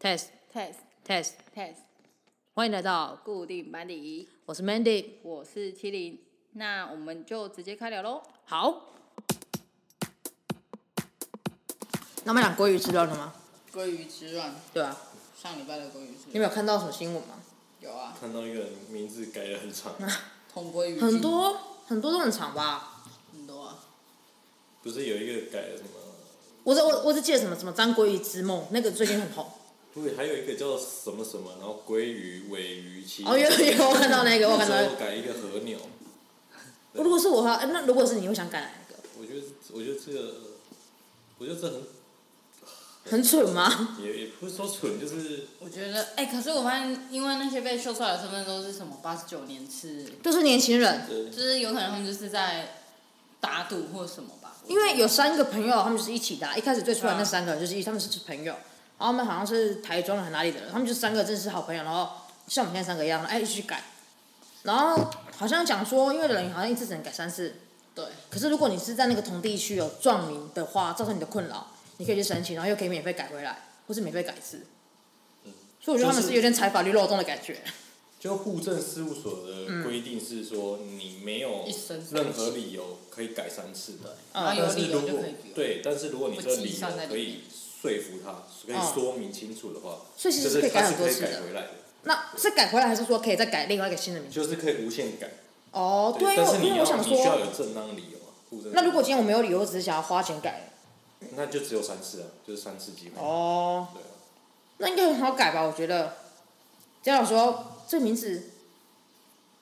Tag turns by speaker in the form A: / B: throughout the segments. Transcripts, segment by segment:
A: test
B: test
A: test，
B: test
A: 欢迎来到，
B: 固定班底，
A: 我是 Mandy。
B: 我是麒麟，那我们就直接开聊喽。
A: 好，那我们讲鲑鱼知道了吗？
B: 鲑鱼之乱，
A: 对啊吧、
B: 上礼拜的鲑鱼之
A: 你
B: 乱
A: 没有看到什么新闻吗？
B: 有啊，
C: 看到一个人名字改得很长，
B: 同鲑鱼
A: 很
B: 竞
A: 多很多都很长吧？
B: 很多啊，
C: 不是有一个改了什么？
A: 我只我我只记得什么什么张鲑鱼之梦，那个最近很红。
C: 对，还有一个叫什么什么，然后鲑鱼、尾鱼、其
A: 哦，有有有，我看到那个，我看到那
C: 之
A: 个
C: 后。改一个和牛。
A: 如果是我的话，哎那如果是你会想改哪一个？
C: 我觉得，我觉得这个，我觉得这很
A: 很蠢吗？
C: 也也不是说蠢，就是
B: 我觉得哎、可是我发现，因为那些被秀出来的身份都是什么八十九年次，
A: 就是年轻人，
C: 呃
B: 就是有可能他们就是在打赌或什么吧。
A: 因为有三个朋友，他们就是一起的啊。一开始最出来
B: 嗯
A: 那三个人就是一，他们是朋友，然后他们好像是台中还哪里的人，他们就三个真是好朋友，然后就像我们现在三个一样，哎，一起改。然后好像讲说，因为人好像一次只能改三次，
B: 对，
A: 可是如果你是在那个同地区有撞名的话，造成你的困扰，你可以去申请，然后又可以免费改回来，或是免费改一次。所以我觉得他们
C: 就是
A: 是有点踩法律漏洞的感觉。
C: 就户政事务所的规定是说，你没有
A: 嗯
B: 一生三次
C: 任何理由可以改三次的。
A: 哦
B: 然后有
C: 啊但
B: 理
C: 是如
B: 由就
C: 果
B: 可以不用。
C: 对，但是如果你这个
B: 不计
C: 理由
B: 算在里
C: 可以说服他，可以说明清楚的话，
A: 所以其实是可以改
C: 它
A: 很
C: 是
A: 多
C: 可以
A: 次的
C: 改回来的，
A: 那是改回来还是说可以再改另外一个新的名字？
C: 就是可以无限改。
A: 哦，对，因
C: 但
A: 为
C: 是你
A: 因为
C: 要
A: 我想
C: 你需要
A: 说，
C: 有正当理由啊。户政
A: 那如果今天我没有理由，我只是想要花钱改，
C: 那就只有三次啊，就是三次机会。
A: 哦，
C: 对啊，
A: 那应该很好改吧？我觉得。家长说这名字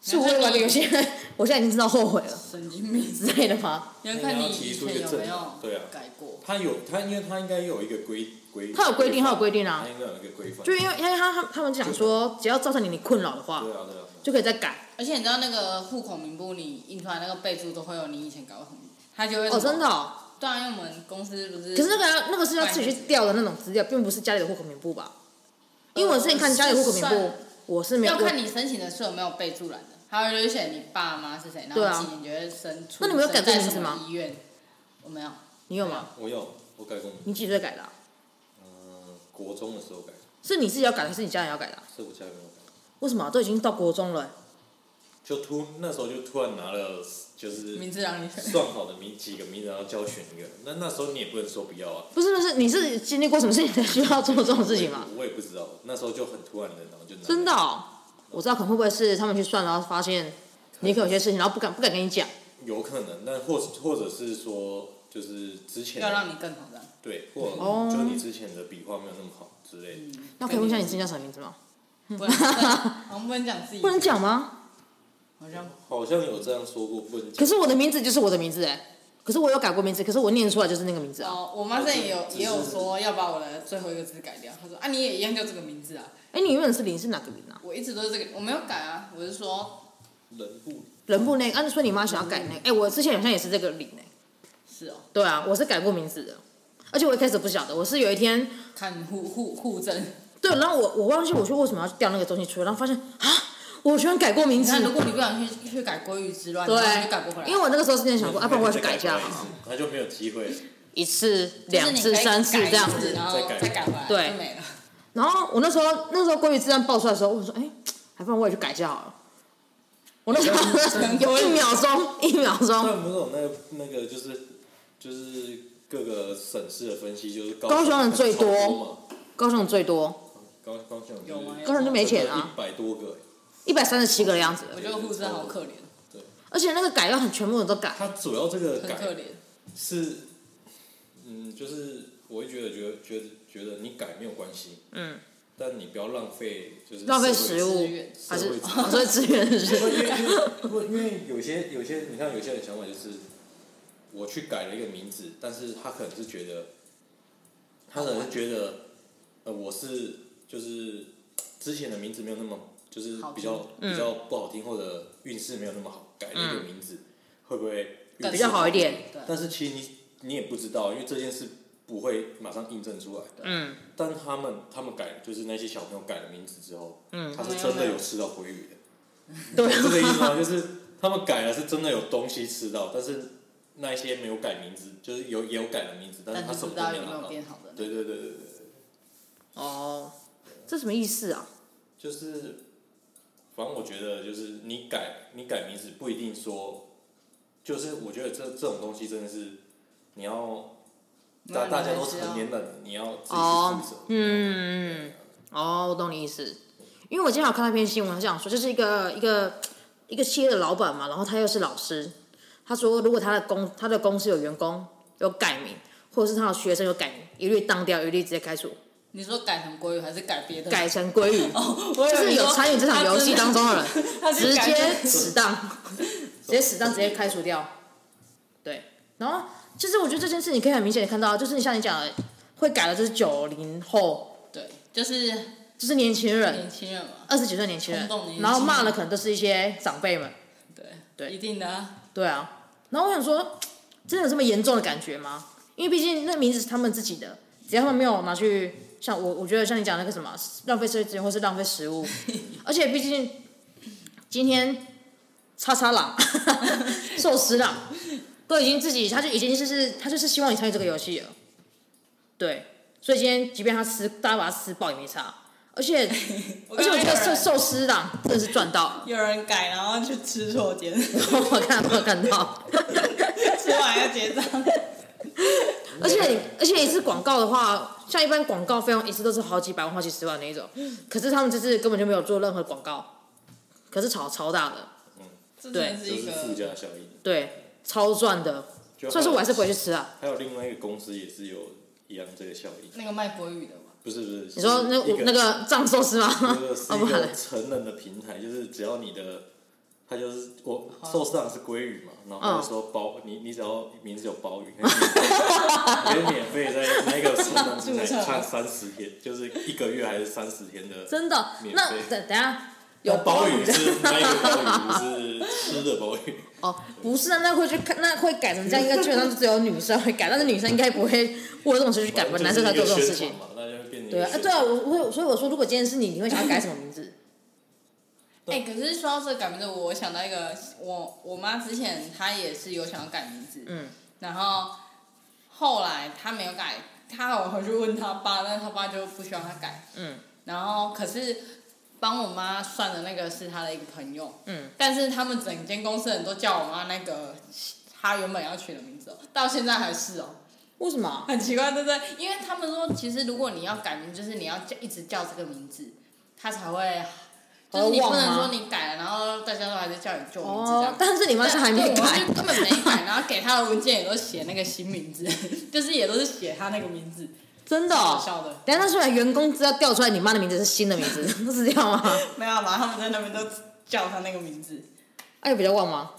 A: 是我会玩的游戏， 我现在已经知道后悔了
B: 神经病，
A: 之类的吗？
B: 你要看
C: 那
B: 你
C: 你要提
B: 以
C: 出一
B: 前
C: 个
B: 有
C: 证
B: 没
C: 据
B: 有
C: 对啊
B: 改过。
C: 他有他，因为他应该有一个规规，
A: 他有规定他有规定啊
C: 他应该有一个规范。
A: 就
C: 对啊
A: 因为因为他他他们讲说，只要造成你你困扰的话，
C: 对啊对啊，
A: 就可以再改。
B: 而且你知道那个户口名簿，你印出来那个备注都会有你以前搞过什么，他就会
A: 哦，
B: 什么
A: 真的、哦。
B: 对啊，因为我们公司不是，
A: 可是那个要那个是要自己去调的那种资料，并不是家里的户口名簿吧？因为我之前看家里户口名
B: 呃是
A: 簿，我哦是没有。
B: 要看
A: 我
B: 你申请的是有没有备注栏的，还有就是写你爸妈是谁，然
A: 对啊
B: 后几年就会生出。
A: 那你们有改过
B: 生在
A: 名字
B: 什么
A: 吗
B: 医院？我没有，
A: 你有吗？
C: 啊我有我改过名，
A: 你几岁改的啊、
C: 嗯，国中的时候改，
A: 是你自己要改的，还是你家人要改的啊、
C: 是我家没有改，
A: 为什么啊、都已经到国中了欸、
C: 就突那时候就突然拿了就是
B: 名字让你选。
C: 算好的名几个名字，然后教选一个。那那时候你也不能说不要啊，
A: 不是不是，你是经历过什么事情才需要做这种事情吗？
C: 我也不知道，那时候就很突然的，然后就拿了
A: 真的、哦，我知道可能会不会是他们去算，然后发现你可能有些事情，然后不敢不敢跟你讲。
C: 有可能，但或或者是说就是之前
B: 要让你更好这样，
C: 对，或
A: 哦嗯
C: 就你之前的笔画没有那么好之类的。
A: 那可以问一下你自己叫什么名字吗？
B: 不能，我们不能讲自己
A: 不，能讲吗？
B: 好像
C: 好像有这样说过，不能
A: 可
C: 讲。
A: 是我的名字就是我的名字哎、可是我有改过名字，可是我念出来就是那个名字啊。
B: 哦，我妈之前也有
C: 只是
B: 也有说要把我的最后一个字改掉，她说啊你也一样叫这个名字啊，
A: 哎、你原本是林是哪个林啊？
B: 我一直都是这个，我没有改啊，我是说
C: 人不
A: 人部那个，按说你妈想要改那个，哎、我之前好像也是这个林哎、
B: 是哦，
A: 对啊，我是改过名字的，而且我一开始不晓得，我是有一天
B: 看户户户政，
A: 对，然后我我忘记我说为什么要调那个东西出来，然后发现啊，我居然改过名
B: 你
A: 字
B: 看，。如果你不想去去改鲑鱼之乱，然后你就改不回来，
A: 对，因为我那个时候是这样想过，啊，不然我要去改一下好
C: 再
A: 了
C: 一
A: 哦
C: 次，他就没有机会。
A: 一次、两
B: 就是
A: 次、
B: 你可以
A: 三次
B: 改一
A: 这样子。
B: 然后再改
C: 再改
B: 回来，
A: 对
B: 就没了。
A: 然后我那时候那时候关于自然爆出来的时候，我说，哎、还不然我也去改一下好了。我那时 候有一秒钟， 一秒钟，
C: 但不是有那个那个就是就是各个省市的分析，就是高
A: 高雄人最多
C: 嘛，
A: 高雄最多
C: 高高雄
B: 有吗
A: 高雄就没钱啊
C: 一百多个。
A: 一百三十七个的样子，
B: 我觉得护士好可怜，
C: 对，
A: 而且那个改要很全部人都改，
C: 他主要这个
B: 很可
C: 改
B: 怜。
C: 是，嗯，就是我会觉得觉得觉得觉得你改没有关系，
A: 嗯，
C: 但你不要浪费就是
A: 浪费
C: 社会
A: 食物
B: 资源
A: 还是
C: 社会资
A: 所以资源 是不
C: 不
A: 是
C: 因为因为不因为有些有些你看有些人想法就是，我去改了一个名字，但是他可能是觉得，他可能是觉得，呃，我是就是之前的名字没有那么就是
B: 好听
C: 比较
A: 嗯
C: 比较不好听，或者运势没有那么好，改了一个名字、会不会运势
A: 比较好一点？
B: 对，
C: 但是其实你你也不知道，因为这件事不会马上印证出来。
A: 嗯，
C: 但他们他们改就是那些小朋友改了名字之后，
A: 嗯
C: 他是真的有吃到鲑鱼的。
A: 对
C: 是这个意思吗？就是他们改了是真的有东西吃到，但是那一些没有改名字，就是有也有改了名字，但是
B: 但
C: 他
B: 是
C: 什
B: 不
C: 么
B: 知
C: 都
B: 道
C: 没
B: 有没
C: 拿
B: 有
C: 到。
B: 变好的。
C: 对对对对对，
A: 哦，这什么意思啊？
C: 就是，反正我觉得就是你改你改名字不一定说，就是我觉得这这种东西真的是你要大大家都成年人，你要自己
A: 哦
C: 去负责。
A: 嗯，哦，我懂你意思。因为我今天有看到一篇新闻，他这样说，就是一个一个一个企业的老板嘛，然后他又是老师，他说如果他的公他的公司有员工有改名，或者是他的学生有改名，一律当掉，一律直接开除，
B: 你说改成国语还是改别的？
A: 改成归 于，
B: 哦，
A: 就是有参与这场游戏当中的人，
B: 他
A: 直
B: 是改
A: 接死 当，直接死当，直接开除掉。对，然后就是我觉得这件事，你可以很明显的看到，就是像你讲的，会改的就是九零后，
B: 对，就是
A: 就是年轻人，
B: 年轻人嘛，
A: 二十几岁年轻人
B: 冲动的年轻，人
A: 然后骂的可能都是一些长辈们，
B: 对，
A: 对
B: 一定的啊，
A: 对啊。然后我想说，真的有这么严重的感觉吗？因为毕竟那名字是他们自己的，只要他们没有拿去，像我，我觉得像你讲那个什么浪费社会资源或是浪费食 物，而且毕竟今天叉叉狼、 寿司郎都已经自己，他就已经就是他就是希望你参与这个游戏了，对。所以今天即便他吃，大家把他吃爆也没差，而且而且我觉得寿寿司郎真的是赚到 了。
B: 有人改，然后去吃错间，
A: 我看到我看到，
B: 吃完要结账。
A: 而且你而且一次广告的话，像一般广告费用一次都是好几百万、好几十万那一种，可是他们这次根本就没有做任何广告，可是炒超大的，
B: 这真的是
C: 嗯就
B: 一
C: 是
B: 个
C: 附加效应。
A: 对，超赚的。
C: 就
A: 所以说我还是不
C: 还
A: 会去吃啊。
C: 有另外一个公司也是有一样这个效应，
B: 那个卖国语的吧？
C: 不是不是。
A: 你说那
C: 是一
A: 我那个藏寿司吗？
C: 就是
A: 哦
C: 一
A: 不好
C: 个
A: 嘞，
C: 成人的平台，就是只要你的，它就是我
A: 哦
C: 寿司郎是鲑鱼嘛，然后他
A: 嗯
C: 就说包你你只要名字有鲍鱼，可以免费在那个成 人平台看三十天，就是一个月还是三十天的。
A: 啊真的？
C: 免
A: 那
C: 费
A: 等等一下有
C: 鲍
A: 鲍
C: 鱼
A: 鱼
C: 是那个鲍鱼不是吃的鲍鱼，
A: 哦，不是啊，那会去看，那会改成这样，应该基本上就只有女生会改，但是女生应该不会为了这种事去改吧，男生才做这种事情。
C: 嘛，那哦就变成一
A: 对
C: 个
A: 啊，啊
C: 宣
A: 对啊，
C: 传。
A: 我我所以我说，如果今天是你，你会想要改什么名 字？
B: 哎、可是说到这个改名字，我想到一个，我我妈之前她也是有想要改名字，
A: 嗯，
B: 然后后来她没有改，她我回去问她爸，但是她爸就不希望她改，
A: 嗯，
B: 然后可是帮我妈算的那个是她的一个朋友，
A: 嗯，
B: 但是他们整间公司人都叫我妈那个她原本要取的名字、哦，到现在还是哦，
A: 为什么啊？
B: 很奇怪，对不对？因为他们说，其实如果你要改名，就是你要叫一直叫这个名字，他才会，就是你不能说你改了，然后大家都还是叫你旧名字这
A: 啊哦
B: 样，。
A: 但是你妈是还没
B: 对我
A: 改
B: 就，根本没改，然后给他的文件也都写那个新名字， 就是也都是写他那个名字，
A: 真的、
B: 好
A: 哦。
B: 笑的。
A: 等一下那出来员工资料调出来，你妈的名字是新的名字， 是这样吗？
B: 没有吧？他们在那边都叫他那个名字，
A: 哎、有比较忘吗？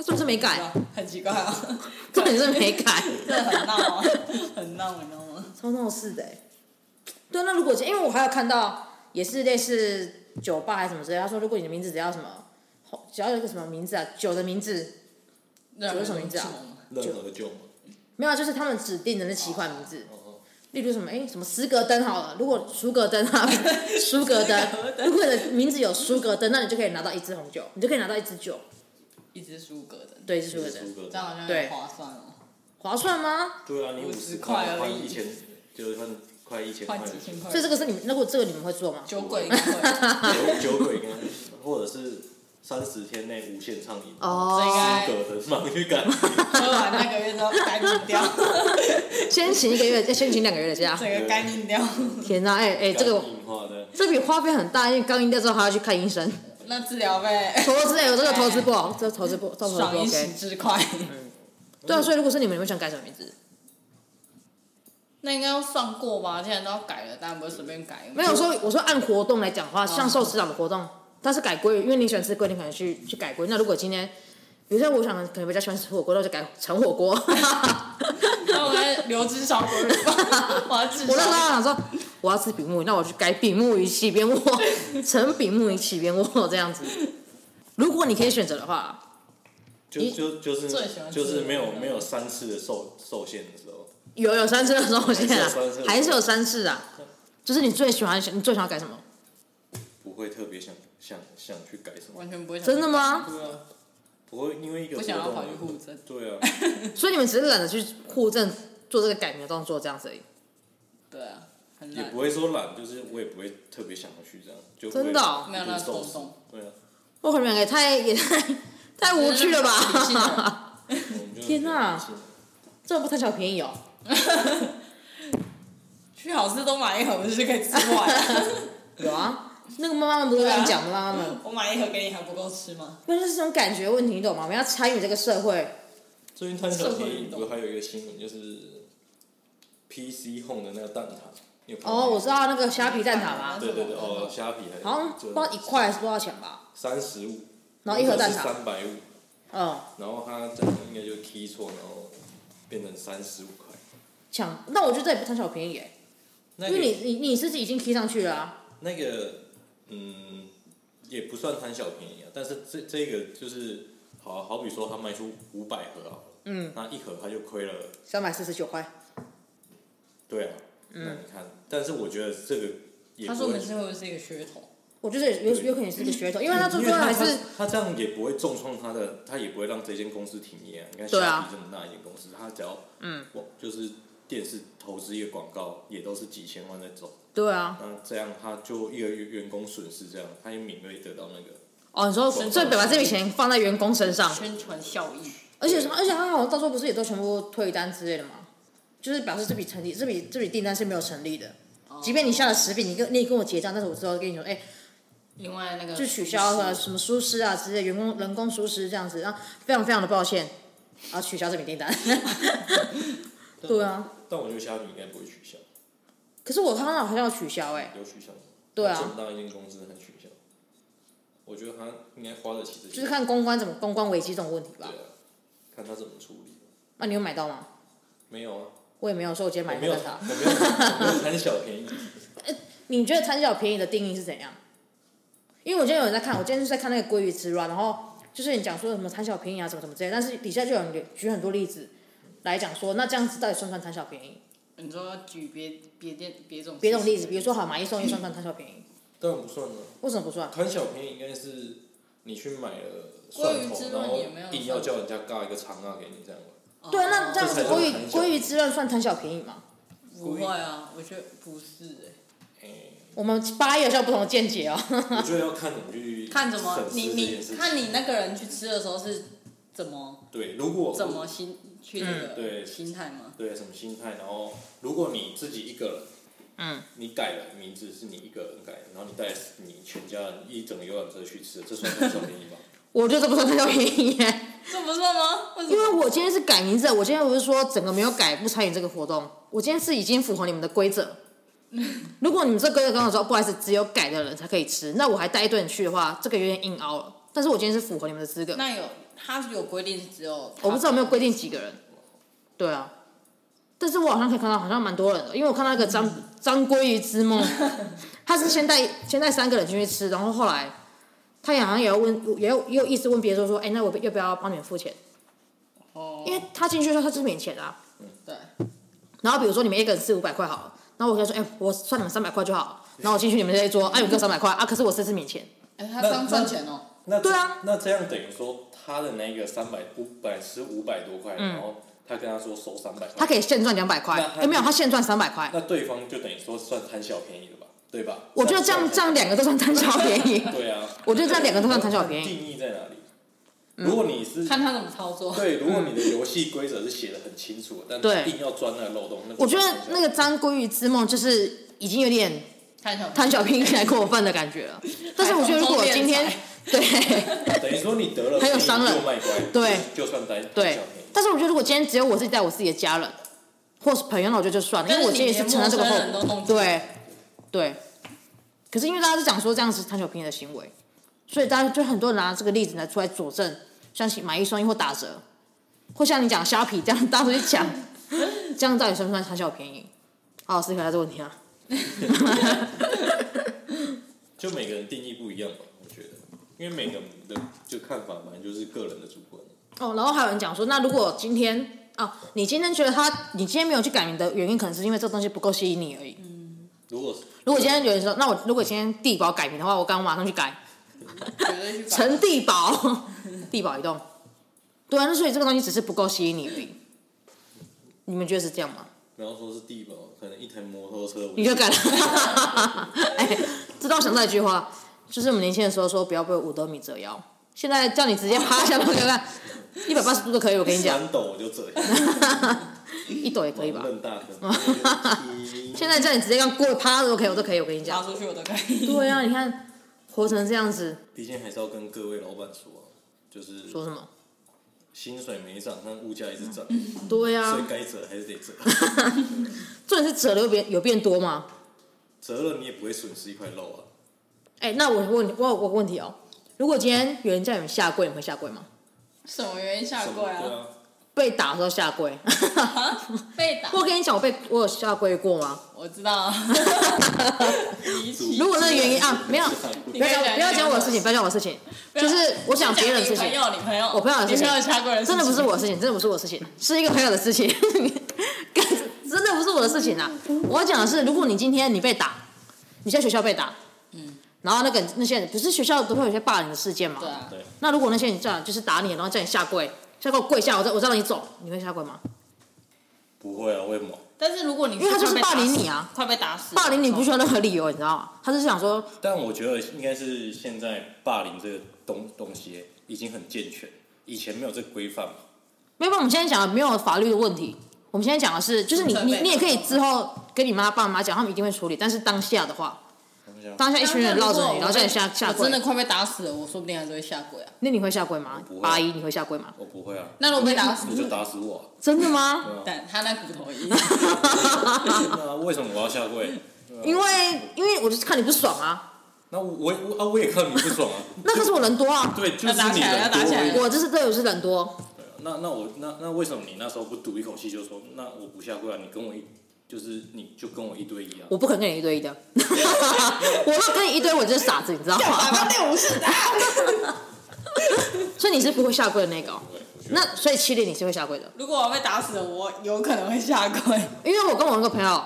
A: 那、是不是没
B: 是
A: 改？
B: 吧很奇怪啊，
A: 哎 重点是没改，
B: 这很闹啊，很闹，啊你知道吗？
A: 超闹事的、欸。对，那如果因为我还有看到也是类似酒吧还是什么之类，他说如果你的名字只要什么，只要有一个什么名字啊，酒的名字，
B: 那
A: 有什么名字啊
C: 任何就嘛，
A: 没有啊，就是他们指定的那几款名字，
C: 哦哦
A: 例如什么哎、什么斯格登好了，如果苏格登啊，苏格登，如果你的名字有苏格登，那你就可以拿到一支红酒，你就可以拿到一支酒，
B: 一只苏格的，
A: 对，一支苏
C: 就
A: 格
C: 是
A: 登。
C: 苏格
B: 这样好像
A: 对
B: 很划算哦。
A: 划算吗？
C: 对啊，你五十
B: 50
C: 块
B: 块而
C: 换
B: 已
C: 一千，就是换快一千块
B: 换，几千块，
A: 所以这个是你们，如果这个你们会做吗？
B: 酒鬼应该会，
C: 酒酒鬼跟或者是三十天内无限畅饮，
B: 这应
A: 哦，
B: 该
C: 葛的忙去改，
B: 喝完那个月之后该拧掉，
A: 先请一个月，再 先请两个月的 假。
B: 整个该拧掉。
A: 天哪、哎、哎、这个
C: 硬化的，
A: 这笔花费很大，因为刚赢掉之后还要去看医生。
B: 那治疗费
A: 投资哎、我这个投资不好，这个投资不，这个投资
B: 爽
A: 不
B: 一
A: OK
B: 时。之快，
A: 对啊，所以如果是你们，你们想改什么名字？
B: 那应该要算过吧？既然都要改了，当然不会随便改。
A: 没有说，我说按活动来讲的
C: 哦
A: 话，像寿司长的活动，但是改规，因为你喜欢吃龟，你可能去去改规。那如果今天，比如说我想可能比较喜欢吃火锅，那我就改成火 锅。
B: 那我要留只小狗肉吧，我要治
A: 我那时
B: 疗。
A: 候想说我要吃比目鱼，那我去改比目鱼起边卧，成比目鱼起边卧这样子。如果你可以选择的话，
C: 就就就是
B: 最喜欢吃
C: 就
B: 的
C: 是没有没有三次的受受限的时候，
A: 有有三次的时候，现在啊 还
C: 还是有三次
A: 是有三次啊。就是你最喜欢，你最想要改什么？
C: 不会特别想想想去改什么，
B: 完全不会想
A: 真的？吗？
C: 对啊，不会因为一个
B: 不想要
C: 活动
B: 跑去互证
C: 对啊，
A: 所以你们只是懒得去互证做这个改名的动作这样子而已。
B: 对啊，很
C: 也
B: 烂
C: 不，会说懒，就是我也不会特别想要去这样，就不会
A: 真的哦
B: 没有那
C: 不重
B: 冲
C: 视
B: 动，
C: 对啊，
A: 我可能也太也太太无趣了
B: 理性
A: 吧？
B: 的
C: 我们就
A: 天哪
C: 是
A: 这种不贪小便 宜哦。
B: 去好吃都买一盒，不是可以吃 完？
A: 有啊，那个妈妈们不是这样讲的妈妈们，
C: 啊
B: 我买一盒给你还不够吃吗？
A: 那就是这种感觉问题，你懂吗？我们要参与这个社会。
C: 最近贪小便宜
B: 社会运动
C: 不是还有一个新闻，就是 PC Home 的那个蛋挞，你有看过吗
A: 哦，我知道那个虾皮蛋挞吧，
C: 对对对，哦，虾皮还
A: 好像不知道一块还是多少钱吧。
C: 三十五，
A: 然后一盒蛋挞
C: 三百五，
A: 嗯，
C: 然后他讲应该就 key 错，然后变成三十五块。
A: 抢，那我觉得这也不贪小便宜耶，
C: 那
A: 因为
C: 个
A: 你你你是已经踢上去了啊。
C: 那个嗯，也不算贪小便宜啊，但是这这个就是好好比说他卖出五百盒好了，
A: 嗯，
C: 那一盒他就亏了，
A: 三百四十九块，
C: 对啊，那你看，但是我觉得这个也
B: 他
C: 不
B: 说
C: 会
B: 每。次会不会是一个噱头？
A: 我觉得有有有可能是一个噱头，因为他最
C: 因
A: 重
C: 为
A: 要
C: 他
A: 还是
C: 他他这样也不会重创他的，他也不会让这间公司停业、啊。你看
A: 对啊
C: 虾皮这么大一间公司，他只要
A: 嗯，
C: 我就是电视投资一个广告，也都是几千万在走。
A: 对啊。
C: 那这样他就一个员员工损失，这样他也敏锐得到那个。
A: 哦，你说所以把这笔钱放在员工身上，
B: 宣传效益，
A: 而且而且他好像到时候不是也都全部退单之类的嘛，就是表示这笔成立这笔这笔订单是没有成立的。
B: 哦
A: 即便你下了十笔，你跟你跟我结账，但是我之后跟你说，哎、
B: 另外那个
A: 就取消
C: 嗯
A: 了什么疏失啊之类，员工人工疏失这样子，然后非常非常的抱歉，然后取消这笔 订单。对啊，
C: 但我觉得虾米应该不会取消，
A: 可是我看到好像要取消哎、
C: 有取消吗？
A: 对啊
C: 他这么大一间公司还取消，我觉得他应该花得起这些。
A: 就是看公关怎么公关危机这种问题
C: 对
A: 吧
C: 啊。，看他怎么处理。
A: 那、你有买到吗？
C: 没有啊，
A: 我也没有，说我今天
C: 我
A: 买
C: 没
A: 那
C: 有，
A: 个
C: 我
A: 蛋
C: 没有，
A: 挞。
C: 我没有贪小便宜。
A: 你觉得贪小便宜的定义是怎样？因为我今天有人在看，我今天是在看那个《鲑鱼之乱》，然后就是你讲说什么贪小便宜啊，怎么怎么之类，但是底下就有人举很多例子来讲说，那这样子到底算不算贪小便宜？
B: 你说举别别店别种
A: 别种例子，比如说好买一送一算不算贪小便宜？
C: 当然不算了，
A: 为什么不算？
C: 贪小便宜应该是你去买了蒜
B: 鲑鱼
C: 头，
B: 之
C: 然
B: 乱
C: 后
B: 也没有
C: 硬要叫人家尬一个长啊给你这样吧。
B: 哦
A: 对啊，那这样子
C: 这才
A: 鲑
C: 叫
A: 鱼
C: 贪小
A: 鲑鱼之乱算贪小便宜吗？
B: 不会啊，我觉得不是哎、
C: 哎，
A: 我们八月好像有不同的见解哦。
C: 我觉得要看怎么去
B: 看怎么
C: 审视
B: 你
C: 这
B: 你
C: 件事情
B: 看你那个人去吃的时候是怎么
C: 对，如果
B: 怎么心去那
C: 嗯对
B: 个心态吗？
C: 对什么心态，然后如果你自己一个人，
A: 嗯，
C: 你改了名字是你一个人改的，然后你带你全家人一整个游览车去吃，这算很小便宜 吧？
A: 我觉得这不算贪小便宜耶，
B: 这不算吗？为 什
A: 因为
B: 么？
A: 我今天是改名字，我今天不是说整个没有改不参与这个活动，我今天是已经符合你们的规 则。如果你们这规则跟我说，不好意思，只有改的人才可以吃，那我还带一堆人去的话，这个有点硬凹了。但是我今天是符合你们的资格，
B: 那有他有规定是只有他
A: 我不知道有没有规定几个人。对啊，但是我好像可以看到，好像蛮多人的，因为我看到一个张张鲑鱼之 梦，他是先带先带三个人进去吃，然后后来他也好像也要问，也有也有意思问别人说，哎、那我要不要帮你们付钱？
B: 哦
A: 因为他进去的时候他就是免钱的啊。
B: 对
A: 然后比如说你们一个人吃五百块好了，然后我跟他说，哎、我算你们三百块就好了。然后我进去你们这一桌，哎、啊，有个三百块啊，可是我这次免钱。
B: 哎、他这样赚钱哦、
C: 那
A: 对啊，
C: 那这样等于说他的那个三百五百吃五百多块，然后他跟他说收三百
A: 嗯他可
C: 块，
A: 以现赚两百块
C: 那，他
A: 哎，没有，他现赚三百块。
C: 那对方就等于说算贪小便宜了吧？对吧？
A: 我觉得这样这样两个都算贪小便宜。
C: 对啊，
A: 我觉得这样两个都算贪小便宜嗯
C: 定义在哪里？如果你是
B: 看他怎么操作。
C: 对，如果你的游戏规则是写的很清楚，但
A: 对
C: 硬要钻那个漏洞，那
A: 我觉得那个张鲑鱼之梦就是已经有点
B: 贪小
A: 贪小便宜太过分的感觉了。但是我觉得如果今天
B: 还从
A: 对
C: 等于说你得了
A: 还有
C: 便宜
A: 商人
C: 就卖乖，
A: 对
C: 就，就算单
A: 对，但是我觉得如果今天只有我自己带我自己的家人或是朋友，那我觉得就算了，因为我今天也是承担这个后
B: 但是你连陌生人都弄进去
A: 对对。可是因为大家都讲说这样是贪小便宜的行为，所以大家就很多人拿这个例子来出来佐证，像买一送一或打折，或像你讲虾皮这样到处去抢， 这样到底算不算贪小便宜？好好思考一下这个问题啊。
C: 就每个人定义不一样吧，我觉得，因为每个人的就看法本来就是个人的主观。
A: 哦，然后还有人讲说，那如果今天啊，你今天觉得他，你今天没有去改名的原因，可能是因为这东西不够吸引你而已。
C: 如果是
A: 如果今天有人说，那我如果今天地堡改名的话，我刚马上去改
B: 绝对去把
A: 成地堡，地堡移动。对啊，那所以这个东西只是不够吸引你而已。你们觉得是这样吗？
C: 然后说是地堡，可能一台摩托车，
A: 你就改了。 哎，这倒想到一句话，就是我们年轻的时候说不要被五斗米折腰，现在叫你直接趴下都可以看， 一百八十度都可以。我跟你讲，
C: 三斗我就这样，
A: 一抖也可以吧？
C: 更大坑。
A: 现在叫你直接这样过趴着都可以，我都可以。我跟你
B: 爬
A: 讲，
B: 出去我都可以。
A: 对啊，你看活成这样子，
C: 毕竟还是要跟各位老板说啊，就是
A: 说什么？
C: 薪水没涨，但物价一直涨，
A: 对
C: 所以
A: 啊，
C: 该折还是得折。
A: 重点是折的有变有变多吗？
C: 折了你也不会损失一块肉啊。
A: 哎、那我问你，我有我有个问题哦，如果今天有人叫你们下跪，你们会下跪吗？
B: 什么原因下
C: 什
B: 跪
C: 么啊对
B: 啊？
C: 啊，
A: 被打的时候下跪，
B: 被打？
A: 我跟你讲，我被我有下跪过吗？
B: 我知道。离奇。
A: 如果那个原因啊，没有，不要讲不要讲我的事情，不要讲我的事情，
B: 啊
A: 就是我讲别人的事
B: 你朋
A: 情，
B: 友，你朋友，
A: 我朋友的事
B: 你
A: 情
B: 朋友下跪的事情，
A: 真的不是我的事情，真的不是我的事情，是一个朋友的事情， 干真的不是我的事情啊。我要讲的是，如果你今天你被打，你在学校被打，
B: 嗯，
A: 然后那个那些人不是学校都会有一些霸凌的事件嘛？
B: 对啊，
C: 对，
A: 那如果那些人这样就是打你，然后叫你下跪，下跪跪下，我再我再让你走，你会下跪吗？
C: 不会啊，为什么？
B: 但是如果你
A: 因为他就是
B: 快被打
A: 霸凌
B: 死
A: 你啊，
B: 快被打死，啊
A: 霸凌你不需要任何理由，你知道吗？他就是想说，
C: 但我觉得应该是现在霸凌这个东东西已经很健全，以前没有这个规范嘛。
A: 没有，我们现在讲的没有法律的问题，我们现在讲的是，就是你你你也可以之后跟你妈爸妈讲，他们一定会处理，但是当下的话，
C: 想想
A: 当下一群人绕着
B: 但是如果
A: 你，
B: 我
A: 然后叫你下下
B: 我
A: 跪
B: 真的，快被打死了，我说不定还是会下跪啊。
A: 那你会下跪吗
C: 我不？会
A: 八一你会下跪吗？
C: 我不会啊，
B: 那如果被打死，
C: 你就打死我、啊。
A: 真的吗？
B: 但他那骨 头一，
C: 那为什么我要下跪？
A: 因为因为我就是看你不爽啊，
C: 那我我啊我也看你不爽啊。
A: 那可是我人多啊，
C: 对，就是
B: 要打起
C: 你
B: 来
C: 人多
B: 要打起来
C: 而已
A: 我就是队友是人多，
C: 对啊那那我那那为什么你那时候不赌一口气就说那我不下跪啊？你跟我一就是你就跟我一对一啊？
A: 我不可能跟你一对一的， 我要跟你一对一我就是傻子，你知道
B: 打
A: 吗？
B: 到六五十
A: 啊
B: 打。
A: 所以你是不会下跪的那个哦、
C: 对，我觉得
A: 那所以七零你是会下跪的，
B: 如果我被打死了，我有可能会下跪。
A: 因为我跟我那个朋友，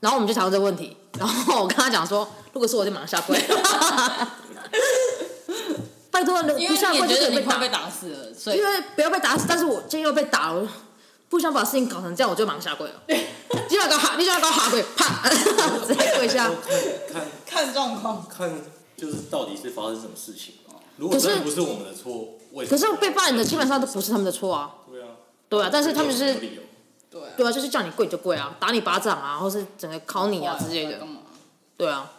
A: 然后我们就讨论这个问题，然后我跟他讲说，如果是我就马上下跪， 拜托，
B: 因
A: 不
B: 为
A: 下
B: 你
A: 跪
B: 也
A: 就可
B: 觉得
A: 以
B: 你
A: 被
B: 快
A: 打
B: 被，打死了，所以
A: 因为不要被打死，但是我今天又被打了，我不想把事情搞成这样，我就马上下跪了。你想搞哈，你想搞哈跪，啪， 直接跪下。
C: 看
B: 看状况。
C: 看就是到底是发生什么事情啊？如果真的不是我们的错，为什
A: 可
C: 么
A: 是被霸凌的基本上都不是他们的错啊，
C: 对啊，
A: 对啊，但是他们
C: 有什
A: 是
C: 么，理由
B: 对啊，
A: 对啊，就是叫你跪就跪啊，打你巴掌啊，或是整个敲你啊之类的
B: 干，嘛？
A: 对啊，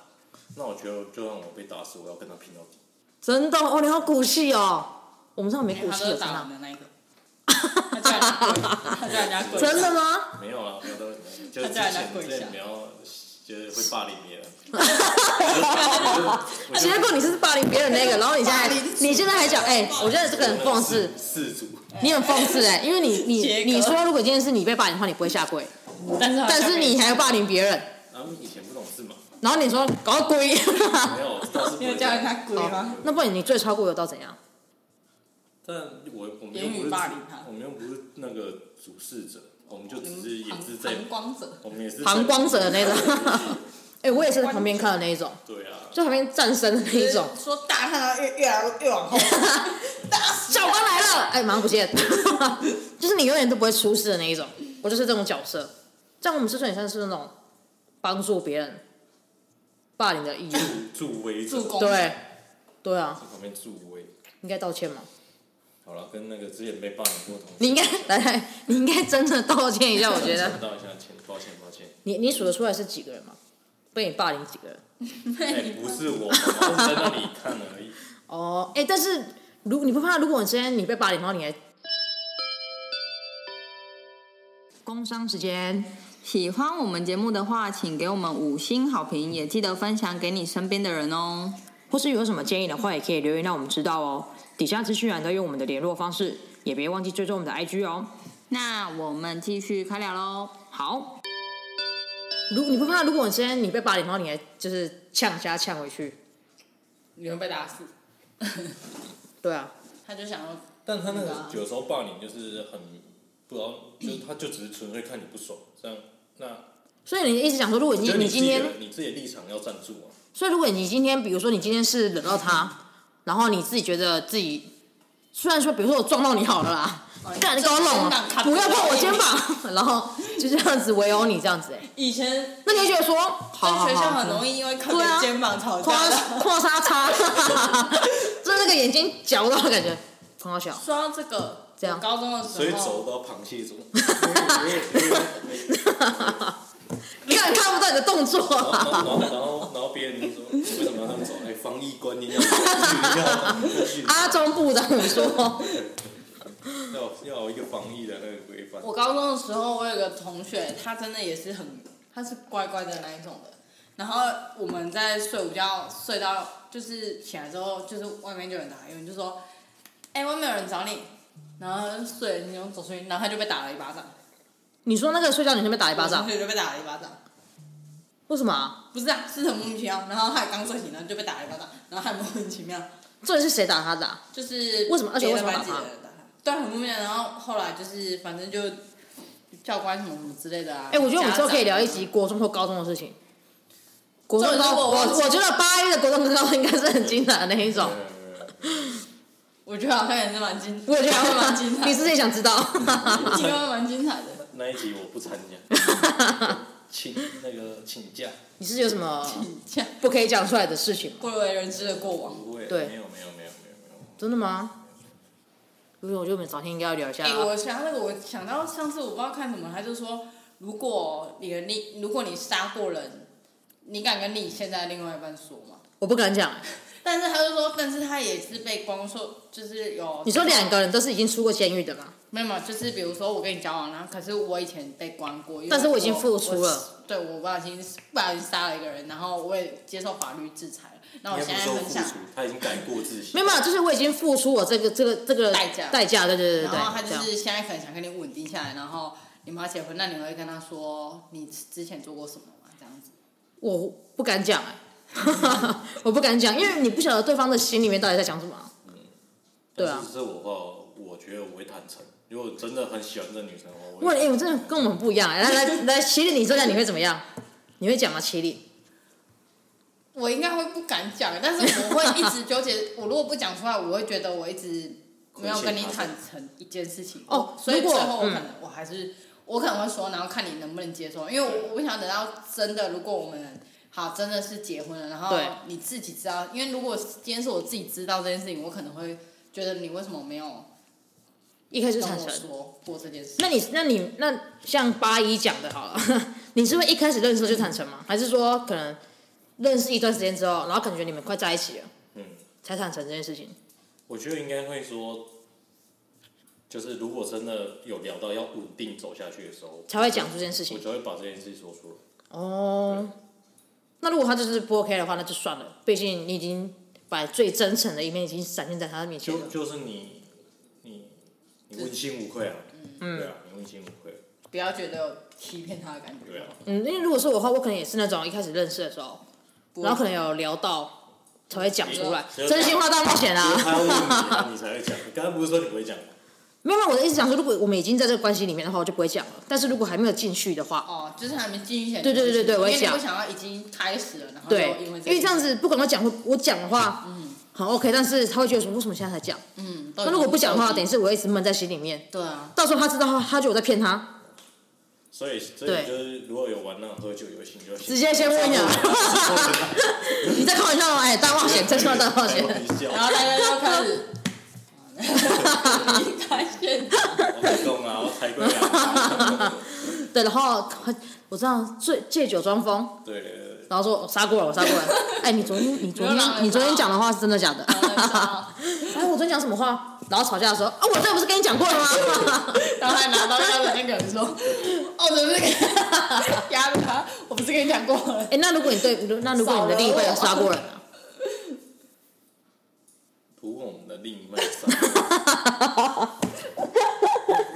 C: 那我觉得就算我被打死，我要跟他拼到底。
A: 真的哦，你好骨气哦，我们这种没骨
B: 哎他
A: 气
B: 都
A: 的，
B: 是
A: 真的
B: 打
A: 啊
B: 人。的那一个，他叫人家跪，他叫人家跪，
A: 真的吗？
C: 没有啦，没有都就
B: 他
C: 是之
B: 叫人家
C: 前
B: 跪下
C: 之前不要就是会霸凌别人。
A: 啊结果你是霸凌别人那个，然后你现在
B: 霸凌
A: 你现在还讲，哎、我觉得这个很讽刺，
C: 四组，
A: 你很讽刺 哎、因为你你
B: 杰哥
A: 你说如果今天是你被霸凌的话，你不 会下跪，
B: 但是好像
A: 但是你还要霸凌别人，
C: 他们以前不懂事嘛，
A: 然后你说搞到 跪，啊
C: 没有，倒是不
B: 你
C: 会
B: 有
C: 这
B: 叫人
C: 样。
B: 家跪吗？
A: 那不然你最超过有到怎样？
C: 但我我们又
B: 言语
C: 不是
B: 霸凌他
C: 我们又不是那个主事者，我们就只是也
B: 旁
C: 是在，
B: 旁光者，
C: 我们也是在
A: 旁观者的那 种。哎、我也是在旁边看的那一种，
C: 对啊，
A: 就旁边站身的那一 种。
B: 说大看到越越来越往后，打死
A: 教官来了，哎、马上不见， 就是你永远都不会出事的那一种。我就是这种角色，这样我们之所以算是那种帮助别人霸凌的义务。
C: 助威者
B: 助攻，
A: 对，对啊，
C: 在旁边助威。
A: 应该道歉吗？
C: 好了，跟那个之前被霸凌过的同学，
A: 你应该来来，你应该真的道歉 一下。我觉得
C: 想到一下歉，抱歉抱歉。
A: 你你数得出来是几个人吗？被你霸凌几个人？
C: 哎，不是我，我是在那里看而已。
A: 哦，哎，但是如你不怕，如果你今天你被霸凌，然后你还工伤时间，
D: 喜欢我们节目的话，请给我们五星好评，也记得分享给你身边的人哦。
A: 或是有什么建议的话，也可以留言让我们知道哦。底下资讯栏都有我们的联络方式，也别忘记追踪我们的 IG 哦。
D: 那我们继续开聊喽。好，
A: 如你不怕，如果你今天你被霸凌，然后你还就是呛加呛回去，
B: 你会被打死。
A: 对啊，
B: 他就想说，
C: 但他那
B: 对
C: 个
B: 啊
C: 有时候霸凌就是很不知道，就是他就只是纯粹看你不爽这样。那
A: 所以你一直想说，如果
C: 我
A: 你
C: 觉得
A: 你
C: 自
A: 今
C: 己
A: 天
C: 的你自己的立场要站住啊。
A: 所以，如果你今天，比如说你今天是惹到他，然后你自己觉得自己，虽然说，比如说我撞到你好了啦，干你搞
B: 哎肩
A: 拢
B: 膀卡
A: 啊！
B: 住
A: 不要碰我肩膀，然后就这样子围殴你这样子、欸，
B: 以前
A: 那你会觉得说，
B: 在
A: 好好
B: 学校很
A: 好，
B: 容易因为靠
A: 对啊
B: 着肩膀吵架
A: 跨
B: 的。
A: 跨叉叉，就是那个眼睛嚼到的感觉，很好笑。
B: 说到这个，
A: 这样
B: 我高中的
C: 所以
B: 时候，
C: 走到螃蟹中，
A: 你看看不到你的动作
C: 然后
A: 啊，
C: 然后然后然后别人就说为什么要这么走？哎，防疫观念要要
A: 阿中部长说，
C: 要要有一个防疫的那个规范。
B: 我高中的时候，我有个同学，他真的也是很，他是乖乖的那一种的。然后我们在睡午觉，睡到就是起来之后，就是外面就有人打，有人就说：“哎、外面有人找你。”然后他就睡了，你就走出去，然后他就被打了一巴掌，
A: 你说那个睡觉女生被打一
B: 一
A: 巴掌，
B: 就被打了一巴掌。
A: 为什么、啊？
B: 不是啊，是很莫名其妙。然后他也刚睡醒，然后就被打了一巴掌，然后他很莫名其妙，
A: 这是谁打他的啊、
B: 就是
A: 为什么而且
B: 别
A: 为
B: 的
A: 什么打
B: 班级的
A: 他
B: 人打他？对，很莫名其妙。然后后来就是反正就教官什么什么之类的啊。
A: 哎、我觉得我们之后可以聊一
B: 家长
A: 集国中或高中的事情。国中
B: 这
A: 高，
B: 如果
A: 我
B: 我
A: 我觉得八一的国中跟高中应该是很精彩的那一种。
C: 呃
B: 我觉得好像也是蛮精，
A: 我觉得
B: 还蛮精彩的，
A: 你是不是也想知道？
B: 应该会蛮精彩的。
C: 那一集我不参加，请那个请假，
A: 你是有什么
B: 这样
A: 不可以讲出来的事情吗？
B: 不为人知的过往。
C: 不会，
A: 对
C: 没有没有没有没有没有。
A: 真的吗？不是，我觉得我们早天应该要聊一下
B: 哎、。我想到那个，我想到上次我不知道看什么，他就说，如果你的另，如果你杀过人，你敢跟你现在的另外一半说吗？
A: 我不敢讲。
B: 但是他就说，但是他也是被光说，就是有
A: 你说两个人都是已经出过监狱的嘛？
B: 没有没有，就是比如说我跟你交往，然后可是我以前被关过，因为
A: 但是我已经付出了
B: 我。对，我不小心不小心杀了一个人，然后我也接受法律制裁了。那我
C: 应
B: 现
C: 该
B: 在
C: 不是说
B: 很
C: 付
B: 想
C: 出，他已经改过自
A: 没
C: 新
A: 有。嘛，就是我已经付出我这个这个这个
B: 代价
A: 代价，对对对对
B: 然后他
A: 对，
B: 就
A: 这样。
B: 是现在可能想跟你稳定下来，然后你们要结婚，那你会跟他说你之前做过什么吗？这样子，
A: 我不敢讲哎， 我不敢讲，因为你不晓得对方的心里面到底在想什么啊。对啊
C: 但是是我的话，我觉得我会坦诚。如果真的很喜欢这女生的话，我
A: 问，
C: 会
A: 哎、我真的跟我们不一样哎、来来来，麒麟，你这样你会怎么样？你会讲吗？麒麟，
B: 我应该会不敢讲，但是我会一直纠结。我如果不讲出来，我会觉得我一直没有跟你坦诚一件事情。
A: 哦
B: 所以
A: 如
B: 最
A: 果
B: 后我可
A: 嗯
B: 能我还是我可能会说，然后看你能不能接受，因为我我不想等到真的，如果我们好真的是结婚了，然后
A: 对
B: 你自己知道，因为如果今天是我自己知道这件事情，我可能会觉得你为什么没有
A: 一开始
B: 跟
A: 就坦
B: 我
A: 诚。
B: 说过这件事？
A: 那你那你那像八一讲的好了， 你是会一开始认识就坦诚吗？还是说可能认识一段时间之后，然后感觉你们快在一起了，
C: 嗯，
A: 才坦诚这件事情？
C: 我觉得应该会说，就是如果真的有聊到要稳定走下去的时候，
A: 才会讲出这件事
C: 我
A: 情？
C: 才会把这件事说出来。
A: 哦，那如果他就是不 OK 的话，那就算了，毕竟你已经把最真诚的一面已经展现在他的面前
C: 就
A: 了。
C: 就是你，你你问心无愧啊，
A: 嗯
C: 对啊，你问心无愧。
B: 不要觉得有欺骗他的感觉。
C: 对啊
A: 嗯，因为如果是我的话，我可能也是那种一开始认识的时候，
B: 不
A: 然后可能有聊到才会讲出来，
C: 对
A: 真心话大冒险
C: 因为
A: 啊！
C: 他要问你啊，你才会讲。你刚刚不是说你不会讲吗？
A: 没有，没有我的意思讲说，如果我们已经在这个关系里面的话，我就不会讲了。但是如果还没有进去的话，
B: 哦，就是还没进去前，
A: 对对对对对我
B: 因
A: 也
B: 为你不
A: 想
B: 想要已经开始了，然后
A: 哦对
B: 就，因为
A: 因为这样
B: 子，
A: 子不管我讲或我讲的话，嗯，好 OK，但是他会觉得说为什么现在才讲？
B: 嗯，
A: 那如果不讲的话，等于
B: 于
A: 是我一直闷在心里面，
B: 对啊，
A: 到时候他知道，他觉得我在骗他，
C: 所以，所
A: 对
C: 以就是如果有玩那种喝酒游戏，你就
A: 直接先问你啊， 你在开玩笑吗？哎，大冒险，真心话大冒险。
B: 然后大家就开始离开现场，
C: 我太懂啊，我太贵 了。
A: 对，然后我知道醉借酒装疯，
C: 对对对，
A: 然后说我杀过了，我杀过了。哎，你昨天你昨天
B: 没有啦哦
A: 你昨天讲的话是真的假的？
B: 然后再烧
A: 哎，我昨天讲什么话？然后吵架的时候，啊，我这不是跟你讲过了吗？
B: 然后还拿到他的那个人说，哦，怎么是跟压着他？我不是跟你讲过了，
A: 哎，那如果你对，那如果你的另一半有杀过人呢？
C: 不问我们的另一半上。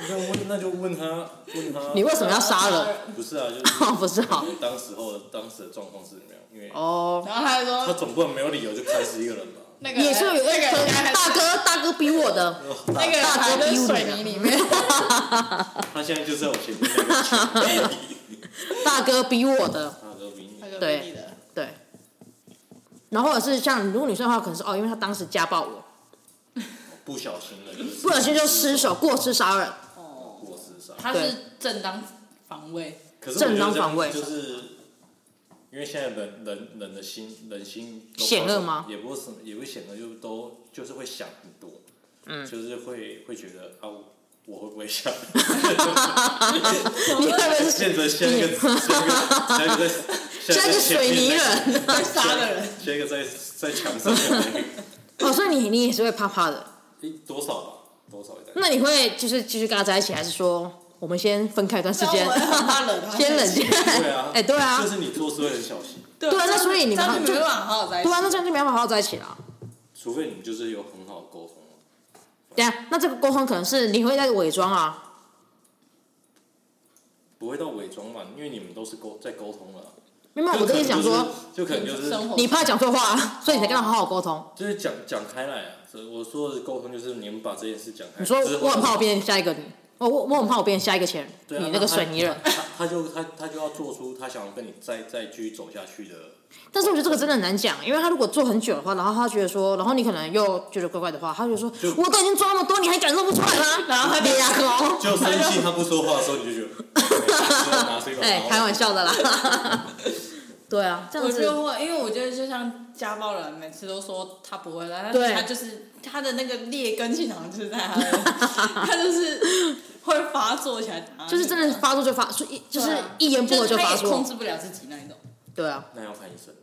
C: 那问那就问他，问他。
A: 你为什么要杀人？？
C: 不是啊，就是
A: 哦， 不是好
C: 当时候当时的状况是怎么样？因为
A: 哦，
B: 然后他就
C: 他
B: 说
C: 总不能没有理由就开始一个人吧。
B: 那个
A: 也是有
B: 那个
A: 一
B: 人
A: 个
B: 还
A: 大哥大哥逼我的，
B: 那个人还在水泥里面，
C: 他现在就在我前面那个群里，
A: 大哥逼我的，
C: 他都比你
B: 那个
A: 对
B: 迷你的
A: 对。然后或者是像如果女生的话，可能是哦，因为她当时家暴我，
C: 不不小心的，就是
A: 不小心就失手过失杀人，
B: 哦，
C: 过失杀。
B: 他是正当防卫，
C: 可是我觉得
A: 正当防卫
C: 这样子就是因为现在人人人的心人心都
A: 险恶吗
C: 也不是什么也不是险恶，就都就是会想很多，嗯，就是会会觉得啊，我我会不会想？
A: 你会不会是
C: 现在下一个下一个下一个在
A: 现在是水泥，人？
B: 会杀的人，
C: 下一个在在墙上的那个
A: 哦，所以你你也是会怕怕的。
C: 诶多少吧，多少一点。
A: 那你会就是继续跟他在一起，还是说我们先分开一段时间
B: 我，很怕惹 他，
A: 先冷静？
C: 对啊，
A: 哎，对啊
C: 就，是你做事会很小心，
B: 对
A: 对啊那所以你们
B: 这样就
A: 就
B: 没办法好好在一起
A: 对啊，那这样就没办法好好在一起了。
C: 除非你们就是有很好的沟通。
A: 对啊，那这个沟通可能是你会在伪装啊，
C: 不会到伪装吧？因为你们都是沟在沟通了。
A: 明白我的意思？想说，
C: 就可能就是
B: 生活
A: 你怕讲错话，所以你才跟他好好沟通。
C: 就是讲讲开来啊。所以我说的沟通就是你们把这件事讲开。
A: 你说
C: 之后
A: 我很怕我变成下一个你，我我我很怕我变成下一个前
C: 对
A: 任，
C: 啊
A: 你那个水泥人。
C: 他他他就他他就要做出他想要跟你再再继续走下去 的。
A: 但是我觉得这个真的很难讲，因为他如果做很久的话，然后他觉得说，然后你可能又觉得怪怪的话，他就说，我都已经做那么多，你还感受不出来吗？然后他别牙口，
C: 就生气他不说话的时候，你就觉得哎拿水管
A: 哎、
C: 然后
A: 开玩笑的啦。对啊，这样
B: 我
A: 子
B: 就会，因为我觉得就像家暴人，每次都说他不会来，但
A: 对
B: 是他就是他的那个劣根性好像就是在他的，他就是会发作起来打你，
A: 就是真的发作就发，就一就
B: 对啊，
A: 是一言不合就发
B: 是他也控
A: 作。
B: 制不了自己那一种。
A: 对啊，
C: 那要看医生。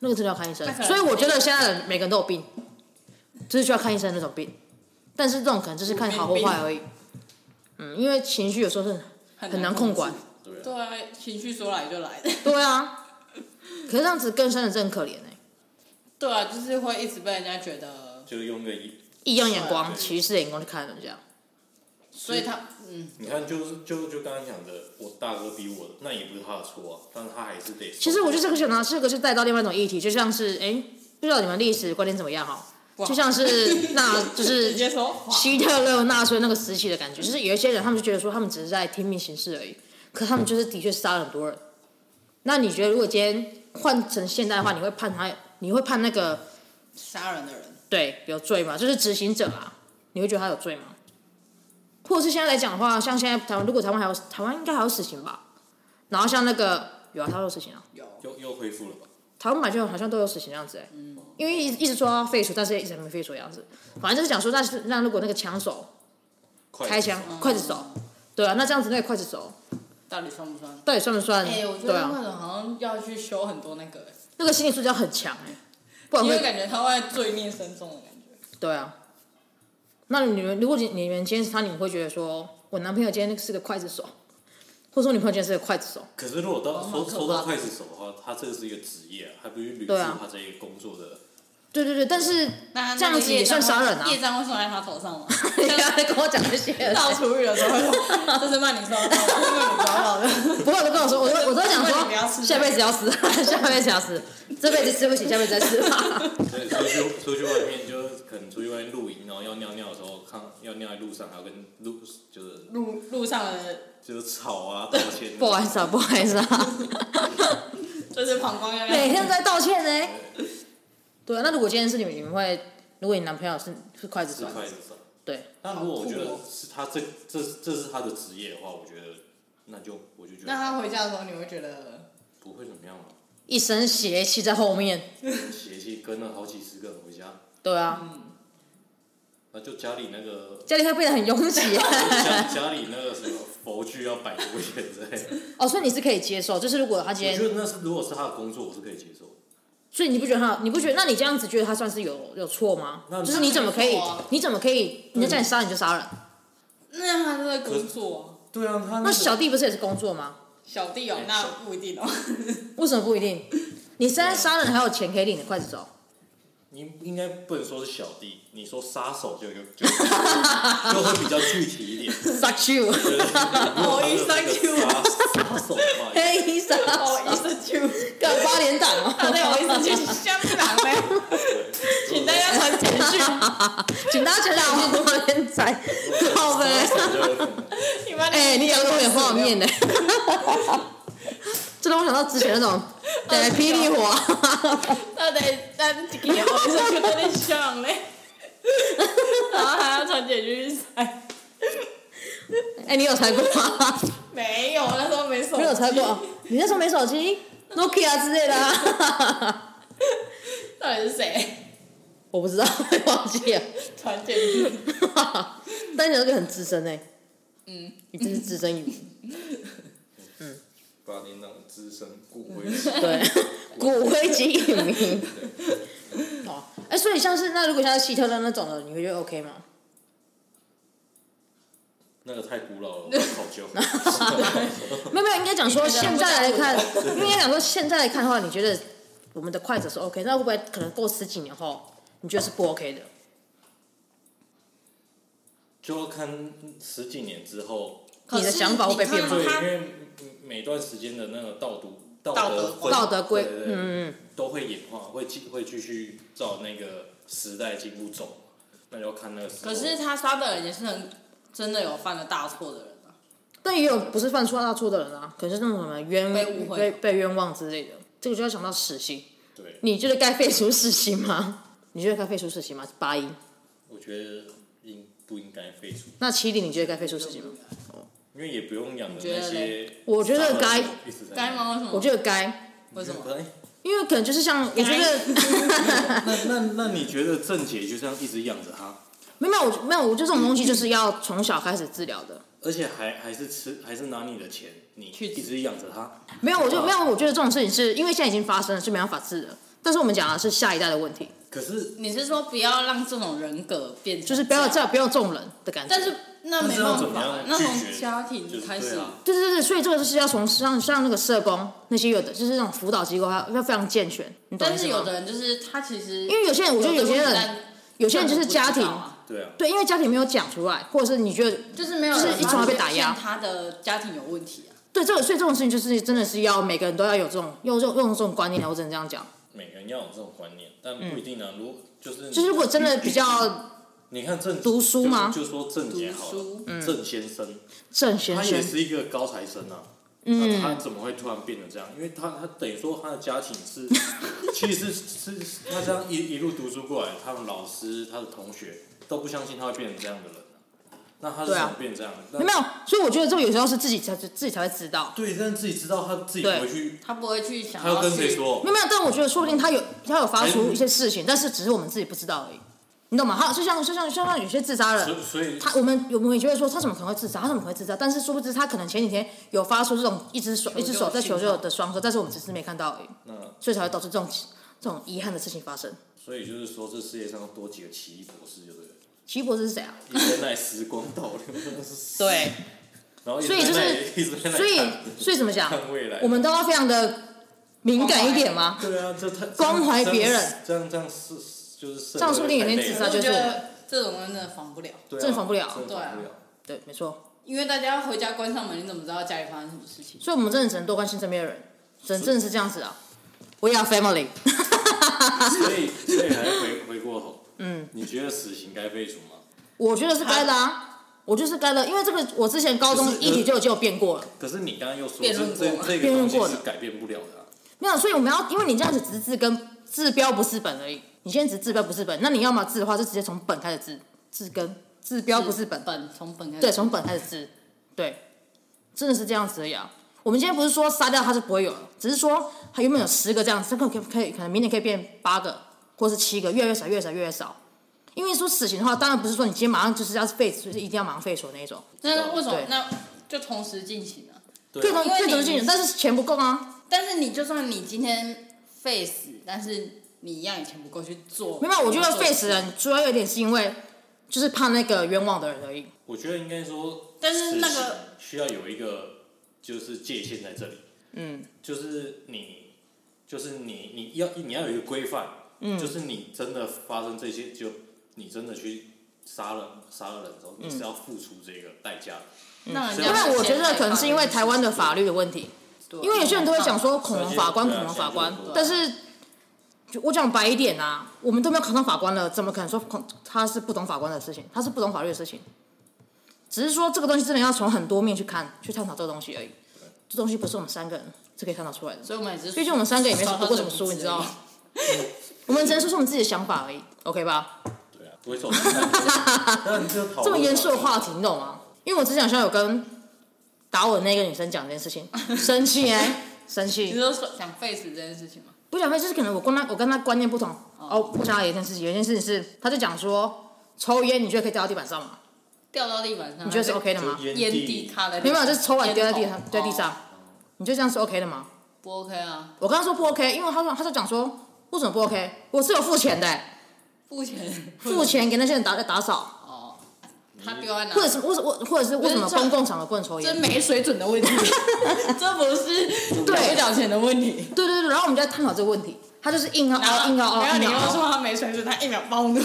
A: 那个真的要看医生
B: 那可。能
A: 所以我觉得现在人每个人都有病，就是需要看医生那种病。但是这种可能就是看好或坏而已。嗯，因为情绪有时候是很难控管
B: 制。
C: 对啊，
B: 对啊，情绪说来就来的。
A: 对啊，可是这样子更深的真的很可怜哎、
B: 对啊，就是会一直被人家觉得，
C: 就用个一，
A: 异样眼
C: 对
A: 光、
C: 啊
A: 歧视的眼光去看人家。
B: 所以他嗯，
C: 你看就是就就刚刚讲的，我大哥逼我的，那也不是他的错啊，但是他还是得。
A: 其实我觉得这个想呢，这个是带到另外一种议题，就像是哎、诶不知道你们历史观点怎么样哈，
B: 哇
A: 就像 是那就
B: 直
A: 是
B: 接说哇
A: 希特勒纳粹那个时期的感觉，就是有一些人他们就觉得说他们只是在听命行事而已，可他们就是的确杀了很多人。那你觉得如果今天换成现代的话，你会判他？你会判那个
B: 杀人的人，
A: 对有罪吗？就是执行者啊，你会觉得他有罪吗？或者是现在来讲的话，像现在台湾，如果台湾还有台湾应该还有死刑吧？然后像那个有啊，他有死刑啊，
B: 有
C: 又又恢复了吧？
A: 台湾版就好像都有死刑样子哎、
B: 嗯
A: 因为一直一直说要废除，但是一直还没废除的样子。反正就是讲说，那是那如果那个枪手
C: 快
A: 开枪，嗯
B: 嗯
A: 刽子手，对啊，那这样子那个刽子手
B: 到底算不算？
A: 到底算不算？
B: 哎、我觉
A: 对
B: 得那
A: 啊，
B: 种好像要去修很多那个、欸
A: 那个心理素质要很强哎、不然
B: 因为
A: 会
B: 感觉他会罪孽深重的感觉。
A: 对啊。那你们如果你你们今天是他，你们会觉得说我男朋友今天是个刽子手，或者说我女朋友今天是个刽子手，
C: 可是如果到
B: 哦好
C: 收
B: 可怕
C: 收到刽子手的话，他这个是一个职业、啊，他必须履
A: 对
C: 行
A: 啊
C: 他这一个工作的。
A: 对对对，但是
B: 那
A: 这样子也算杀人啊
B: 业障会算在他头上吗？
A: 你刚才跟我讲这些，
B: 倒厨余的时候，这是曼你收到的，这是你抓到的。
A: 不会，我都跟我说，我都我都讲
B: 不要吃
A: 说，下辈子要死， 下辈子要死，这辈子吃不起，下辈子再吃吧。
C: 所以出去出去外面，就是可能出去外面露营，然后要尿尿的时候，看要尿在路上，还要跟路就是
B: 路路上的，
C: 就是吵啊道歉。
A: 不好意思啊，不好意思啊，
B: 就是膀胱要
A: 每
B: 要
A: 天都在道歉呢、对啊，那如果今天是你们，你们会，如果你男朋友是是刽子
C: 是
A: 手，
C: 刽子手。
A: 对，
C: 但如果我觉
B: 好
C: 得
B: 酷
C: 是他这这这是他的职业的话，我觉得那就我就觉
B: 那
C: 得
B: 他回家的时候，你会觉得
C: 不会怎么样了、
A: 一身邪气在后面，
C: 邪气跟了好几十个人回家，
A: 对啊，
C: 那就家里那个
A: 家里会变得很拥挤、啊
C: 家家里那个什么佛具要摆多远之类 的。
A: 哦，所以你是可以接受，就是如果他今
C: 我
A: 天，
C: 觉得那是如果是他的工作，我是可以接受的。
A: 所以你不觉得他，你不觉得，那你这样子觉得他算是有有错吗？
C: 那嗯
A: 就是你怎么可以
B: 他没错啊，
A: 你怎么可以，人家叫你杀人就杀人？
B: 那他在工作
C: 对啊，他
A: 那小弟不是也是工作吗？
B: 小弟哦
C: 哎，
B: 那不一定哦。
A: 为什么不一定？你现在杀人还有钱可以领的刽子手，
C: 你应该不能说是小弟，你说杀手就就 就就会比较具体一点。
A: suck you，
C: 对对对
B: 哦一三 Q
C: 杀杀手的话，
A: 黑医生，
B: 哦，一生就
A: 干八连档
B: 大家有一
A: 哦，
B: 生就香港嘞，
C: 对
B: 请大家传简讯，
A: 请大家全打去八连载，靠呗。
C: 杀手就有可能
B: 你妈的
A: 哎，你讲的我有画 面呢，这让我想到之前那种，啊对，霹雳火，
B: 到底咱一个月后生就在那香嘞。啊，传简讯去塞，
A: 哎、你有猜过吗？
B: 没有，那时候没手机，
A: 没有猜过，哦你那时候没手机，Nokia 之类的、啊，
B: 到底是谁
A: 我不知道， 忘记了。
B: 传 简讯？
A: 但你那个很资深哎、嗯，你真是资深语言，
C: 把你那种资深骨 灰级
A: 对，骨灰级影迷。 哦，哎、所以像是那如果像是希特勒那种的，你会觉得 OK 吗？
C: 那个太古老了，我考 究。我
A: 没有没有，应该讲说现在来 看，应该讲说现在来看的话，你觉得我们的快手是 OK，那会不会可能过十几年后，你觉得是不 OK 的？
C: 就要看十几年之后，
A: 你的想法会被
B: 可是
A: 变
B: 你
A: 吗
C: 对，
B: 看
C: 因
B: 他
C: 为每段时间的那个道德
B: 道德
C: 德
B: 观
C: 观
A: 道德规
C: 对对对
A: 嗯，嗯
C: 都会演化，会继会继续照那个时代进步走，那就要看那个时候。
B: 可是他杀的人也是很真的有犯了大错的人啊，
A: 但也有不是犯错大错的人啊，可能是那种什么冤
B: 被误会
A: 被被冤枉之类的，这个就要想到死刑。
C: 对，
A: 你觉得该废除死刑吗？你觉得该废除死刑吗？八一，
C: 我觉得应不应该废除，
A: 那七零你觉得该废除死刑吗？
C: 因为也不用养的
B: 觉得
C: 那些
B: 嘞。
A: 我觉得该
C: 一直在
B: 该？吗？为什么？
A: 我觉得该，
B: 为什么？
C: 该
A: 因为可能就是像我觉得
C: 那那那你觉得郑姐就这样一直养着他，
A: 没有没有，我没有，我觉得这种东西就是要从小开始治疗的。
C: 而且还还是吃还是拿你的钱，你
B: 去
C: 一直养着他？
A: 没有，我就没有，我觉得这种事情是因为现在已经发生了，是没办法治的。但是我们讲的是下一代的问题，
C: 可是
B: 你是说不要让这种人格变成
A: 就是不要
B: 这
A: 这
B: 样？
A: 样，不要这种人的感觉。
B: 但是那没办
C: 那这样
B: 法
C: 怎么
B: 啊
C: 样，
B: 那
C: 拒
B: 从
C: 绝
B: 家
C: 就
B: 庭
C: 是
B: 开始
C: 对啊
A: 对对对，所以这个就是要从像像那个社工那些有的，就是那种辅导机构，它要非常健全。你
C: 啊
A: 懂我
B: 但
A: 意思
B: 是
A: 吗
B: 有的人就是他其实，
A: 因为有些人，我觉得有些
B: 的问
A: 人，
B: 题
A: 有些人就是
B: 但
A: 家
B: 不知
A: 庭
B: 道，啊
C: 对啊，
A: 对，因为家庭没有讲出来，或者是你觉得
B: 就是没有
A: 就是
B: 人
A: 一从来被打压
B: 发现他的家庭有问题啊。
A: 对这个，所以这种事情就是真的是要每个人都要有这种用这种用这种观念的，我只能这样讲。
C: 每个人要有这种观念，但不一定啊。如果就是
A: 就是如果真的比较
C: 你看郑
A: 读书吗
C: 就就说郑姐好
B: 读
C: 了
B: 书，
C: 郑先生，
A: 郑先
C: 他也
A: 生，
C: 是一个高材生啊。嗯，他怎么会突然变成这样？因为他他等于说他的家庭是， 其实是是他这样一一路读书过来，他的老师、他的同学都不相信他会变成这样的人啊、那他是
A: 对
C: 怎
A: 啊
C: 么变这样的？那
A: 没有，所以我觉得这个有时候是自己才自己才会知道。
C: 对，但自己知道他自己不
A: 对
C: 会去，
B: 他不会去想
C: 他要跟谁
B: 去？
C: 说
A: 没？有没有，但我觉得说不定他有他有发出一些事情，但是只是我们自己不知道而已，你懂吗？他就像就像就像有些自杀
C: 所
A: 人，
C: 以所以
A: 他我们我们也觉得说他怎么可能会自杀，他怎么可能会自杀？但是殊不知他可能前几天有发出这种一只手
B: 救
A: 一只手在求
B: 信
A: 救
B: 号
A: 的双手，但是我们只是没看到而已，
C: 那
A: 所以才会导致这种这种遗憾的事情发生。
C: 所以就是说，这世界上多几个奇异博士，就对了。
A: 奇异博士是谁啊？
C: 一直在那里时光倒流，
A: 对，
C: 然后一直
A: 所以
C: 在
A: 就是
C: 那里一直在那里
A: 所以
C: 看
A: 所以怎么讲
C: 看未来？
A: 我们都要非常的敏感一点吗？
C: 对啊，这太
A: 关怀别人，
C: 这样这样是就是
A: 这样说不定有一天自杀
B: 我
A: 就
B: 觉
A: 是我
B: 得这种人真的防不了，
A: 正防不了
C: 正防不了。
A: 对，没错。
B: 因为大家回家关上门，你怎么知道家里发生什么事情？
A: 所以我们真的只能多关心身边的人，真正是这样子啊。We are family。啊
C: 所以所以还回回过头，嗯，你觉得死刑该废除吗？
A: 我觉得是该的啊，我就是该的，因为这个我之前高中议题就有就有变过了，
C: 可是你刚刚又说
B: 辩
C: 这
B: 论过
C: 这
B: 吗
C: 这个
A: 辩论
C: 东西
A: 过
C: 是
A: 的
C: 改变不了的啊。
A: 没有，所以我们要因为你这样子只是治根治标不治本而已，你现在只治标不治本，那你要么治的话就直接从本开始治治根，治标不治本，
B: 本从本开始。
A: 对，从本开始治，对，真的是这样子而已啊。我们今天不是说杀掉他是不会有了，只是说他原本有十个这样，这个可以可以可能明年可以变八个，或是七个，越来越少，越来越少，越来越少。因为说死刑的话，当然不是说你今天马上就是要废除，就是一定要马上废除那一种。
B: 那为什么
A: 对
B: 那就同时进行啊？
A: 各
C: 对啊
A: 种
B: 因为
A: 各
B: 你
A: 种进行，但是钱不够啊。
B: 但是你就算你今天 face，但是你一样以前不够去做。
A: 没有，我觉得
B: 做
A: 废死人主要有点是因为就是怕那个冤枉的人而已。
C: 我觉得应该说，
B: 但是那个
C: 需要有一个就是界限在这里，嗯，就是你，就是你，你要你要有一个规范，嗯，就是你真的发生这些，就你真的去杀了杀了人之后，你是要付出这个代价的。
B: 让人
A: 因
B: 家
C: 啊
A: 为我觉得可能是因为台湾的法律的问题，
B: 对，啊
A: 因为有些人都会讲说恐
C: 现在
A: 龙法官、
C: 对啊
A: 恐龙法官
C: 现在就，是
A: 但是就我讲白一点啊，我们都没有考上法官了，怎么可能说恐他是不懂法官的事情，他是不懂法律的事情？只是说这个东西真的要从很多面去看，去探讨这个东西而已。这东西不是我们三个人是可以探讨出来的。
B: 所以我们也是，
A: 毕竟我们三个也没读过什么书，你知道吗？我们只能说是我们自己的想法而已，OK 吧？
C: 对啊，不会受伤。那你就讨论
A: 这么严肃的话题，你懂吗？因为我之前好像有跟打我的那个女生讲这件事情，生气哎、生
B: 你
A: 气。
B: 是说想 face 这件事情吗？
A: 不想分，就是可能我跟她我跟她观念不同。哦，我想到有一件事情，有一件事情是，她就讲说抽烟，你觉得可以掉到地板上吗？
B: 掉到地板上，
A: 你觉得是 OK 的吗
C: 就？
B: 烟蒂咖的，
A: 没有，就是抽完掉在地上，掉地
B: 哦
A: 上，你就这样是 OK 的吗？
B: 不 OK 啊，
A: 我刚刚说不 OK，因为他说他就讲说为什么不 OK？我是有付钱的、
B: 付钱
A: 付钱给那些人打打扫，
B: 哦，他丢在哪？
A: 或者是为什么或者是为什么
B: 不是这
A: 公共场合不能抽
B: 这
A: 烟？
B: 没水准的问题， 这不是
A: 对
B: 不缴钱的问题。
A: 对对对，然后我们就在探讨这个问题，他就是硬要凹硬要凹
B: 然后
A: 硬
B: 你
A: 要
B: 又
A: 凹，
B: 说他没水准，他一秒暴怒，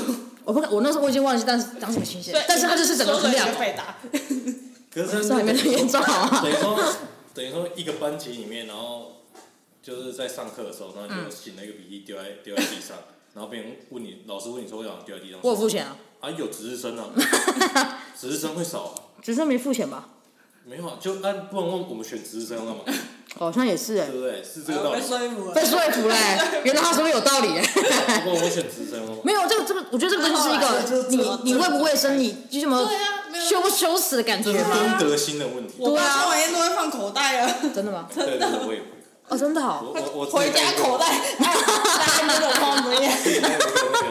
A: 我不敢我那时候我已经忘记当时当时的情形，但是他就是整个很亮
B: 就，被打。
C: 可是
A: 这还没那么严重好吗？
C: 等于说，等于说一个班级里面，然后就是在上课的时候，然后就请了一个笔记丢在丢在地上，然后别人问你，老师问你说为什么丢在地上？
A: 我有付钱啊，
C: 啊，有值 日生啊，值日生会少啊，
A: 只是没付钱吧？
C: 没有啊，就按不然问我们选值日 生干嘛？
A: 好像也是哎、
C: 对不对？是这个道理。
B: 说服了
A: 被说服嘞、原来他说的有道 理、欸。
C: 不然我选值日生哦，
A: 没有这个这个，我觉得这个东西是一
B: 后来
A: 个你你卫不卫生，你就什么
B: 对啊没有
A: 羞不羞耻的感觉
C: 这是
A: 吗？
C: 公德心的问题。
B: 我爸抽完烟都会放口袋了，
A: 真的吗？
C: 对对对，我也会。
A: 哦，真的好、
C: 我我我
B: 回家口 袋，哎大家都放什么烟？
C: 自己那个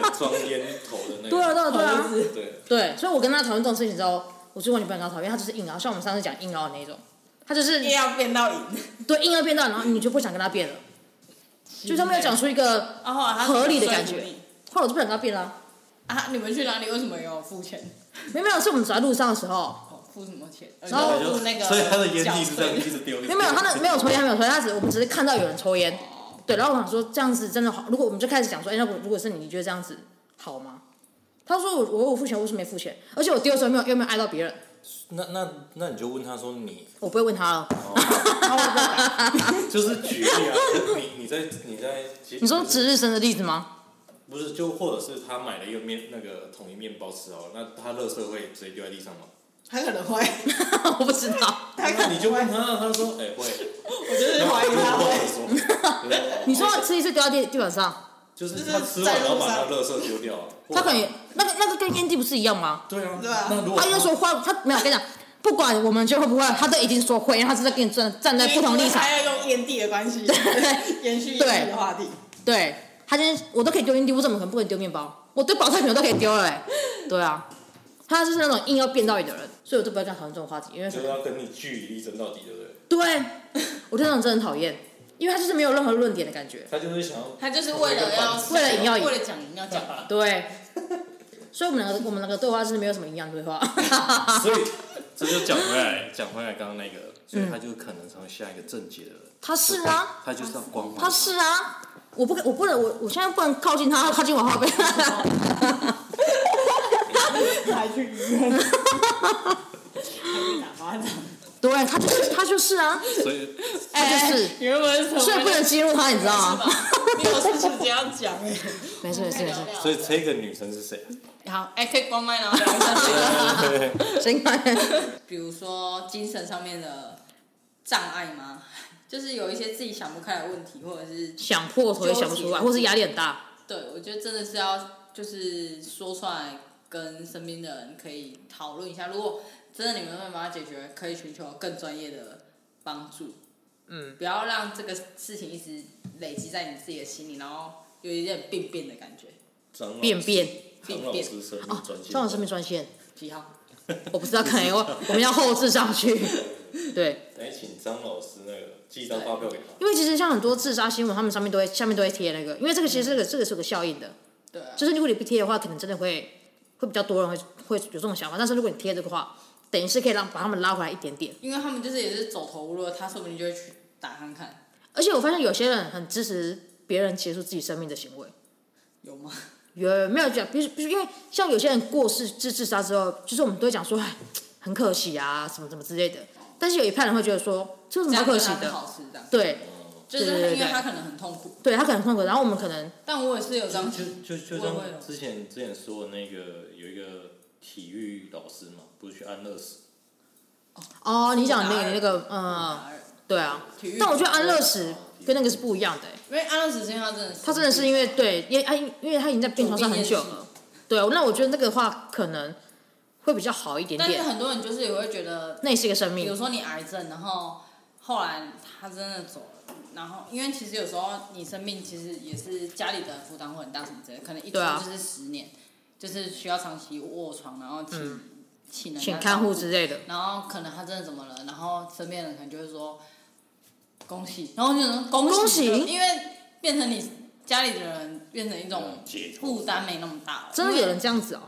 C: 那个装烟头的那个。
A: 对啊，对啊，对啊
B: 好，日子
C: 对
A: 对，所以我跟他讨论这种事情之后，我就完全不敢跟他讨论，因为他就是硬凹，像我们上次讲硬凹的那一种，他就是
B: 硬要变到赢。
A: 对硬凹变大，然后你就不想跟他变了，
B: 嗯
A: 就他没有讲出一个，
B: 然后他
A: 合理的感觉
B: 说服你
A: 后来我就不想跟他变了。
B: 啊！你们去哪里？为什么有付钱？
A: 没有没有，是我们走在路上的时候，
B: 哦，付什么钱？
A: 然后
B: 付那个，
C: 所以他的烟蒂是这样一直丢。
A: 没有没有，他那没有抽烟，他没有抽烟，他只我们只是看到有人抽烟，对，然后我想说这样子真的好，如果我们就开始讲说，哎，那我如果是你，你觉得这样子好吗？他说我我我付钱，我为什么没付钱？而且我丢的时候没有又没有碍到别人，
C: 那那那你就问他说你
A: 我不会问他了。
C: 就是举例啊，你你在你在
A: 你说值日生的例子吗？
C: 不是就或者是他买了一个面那个统一面包吃好了，那他垃圾会直接丢在地上吗？
B: 他可能会，
A: 我不知道。
C: 那你就问他，他说哎会，
B: 我就是
C: 然后
B: 怀疑 他
C: 他
B: 会。
C: 说， 对
A: 你说他吃一次丢到地地板上，
C: 就是他吃完然后把他垃圾丢掉，啊
A: 他可能那个那个跟烟蒂不是一样吗？
C: 对啊，
B: 对啊
C: 那如果
A: 他就说会，他没有我跟你讲，不管我们就会不会，他都一定说会，因为他是在跟你站站在不同立场。
B: 还要用烟蒂的关系， 延 续
A: 对
B: 烟蒂的话题。
A: 对，他今天我都可以丢烟蒂，我怎么可能不能丢面包？我对保特瓶我都可以丢了、欸，对啊，他就是那种硬要变到底的人，所以我就不会跟他讨论这种话题，因为
C: 就是要跟你据理力争到底，对不对？
A: 对我对那种真的很讨厌，因为他就是没有任何论点的感觉。
C: 他就是想要
B: 他就是为了要
A: 为了赢要赢
B: 为了讲赢要讲吧。
A: 对，所以我们两个我们两个对话是没有什么营养对话。
C: 所以
A: 啊
C: 这就讲回来，讲回来刚刚那个，所
A: 嗯
C: 以他就可能成为下一个正解的人。
A: 他是啊，
C: 他就是要光芒。
A: 他是啊，我不可我不能我我现在不能靠近他，他靠近我后背。
B: 还去医院，还被打巴掌。
A: 对他就是他就是啊，
C: 所以
A: 他就是，
B: 你们为什 么？
A: 所以不能啊激怒他，你知道 吗？
B: 你有事情这样讲哎。
A: 没事没事没事，
C: 所以这个女生是谁？啊
B: 好，哎，可以关 麦然后聊一下这个，
A: 行吧。
B: 比如说精神上面的障碍吗？就是有一些自己想不开的问题，或者是
A: 想破头也想不 出来，或是压力很大。
B: 对，我觉得真的是要就是说出来，跟身边的人可以讨论一下。如果真的你们没办法解决，可以寻求更专业的帮助。嗯，不要让这个事情一直累积在你自己的心里，然后有一点病变的感觉。
C: 长老
A: 便便
C: 长老之身
A: 哦，
C: 专
A: 张老师没专线，
B: 几号？
A: 我不知道，可能 我我们要后置上去。 对，
C: 来哎请张老师那个寄一张发票给他。
A: 因为其实像很多自杀新闻，他们上面都会下面都会贴那个，因为这个其实这个这个是有个效应的，
B: 对啊，
A: 就是如果你不贴的话，可能真的会会比较多人会会有这种想法，但是如果你贴这个话，等于是可以让把他们拉回来一点点。
B: 因为他们就是也是走投无路，他说不定就会去打看看，
A: 而且我发现有些人很支持别人结束自己生命的行为，
B: 有 吗？
A: 有没有讲？比如，比如，因为像有些人过世自自杀之后，就是我们都会讲说，哎，很可惜啊，什么什么之类的。但是有一派人会觉得说，这有什
B: 这
A: 么好
B: 样
A: 可
B: 对
A: 惜
B: 他不
A: 的？
B: 好吃，这样
A: 对，
B: 就是
A: 对对对
B: 因为他可能很痛苦，
A: 对他可能痛苦，然后我们可能
B: 但我也是有这样子。
C: 就就就
B: 我也
C: 像
B: 会
C: 之前之前说的那个有一个体育老师嘛，不是去安乐死，
A: 哦，你讲那个
B: 哪儿
A: 那个，嗯，对啊
B: 体育。
A: 但我觉得安乐死跟那个是不一样的、欸
B: 因为安乐死这件事他真的
A: 他真的是因为对，因为他因为他已经在病床上很久了，对，那我觉得那个的话可能会比较好一点
B: 但是
A: 点。
B: 很多人就是也会觉得，
A: 那也是一个生
B: 比如
A: 命，
B: 说你癌症，然后后来他真的走了，然后因为其实有时候你生病，其实也是家里的负担会很大什么之类的，可能一住
A: 对啊
B: 就是十年，就是需要长期卧床，然后请、请人家
A: 嗯请看护
B: 照
A: 之类的。
B: 然后可能他真的怎么了，然后身边人可能就会说恭喜，然后就能恭
A: 恭
B: 喜
A: 喜
B: 就，因为变成你家里的人变成一种
C: 嗯解脱
B: 负担没那么大了。
A: 真的有
B: 因
A: 人
B: 为
A: 这样子哦、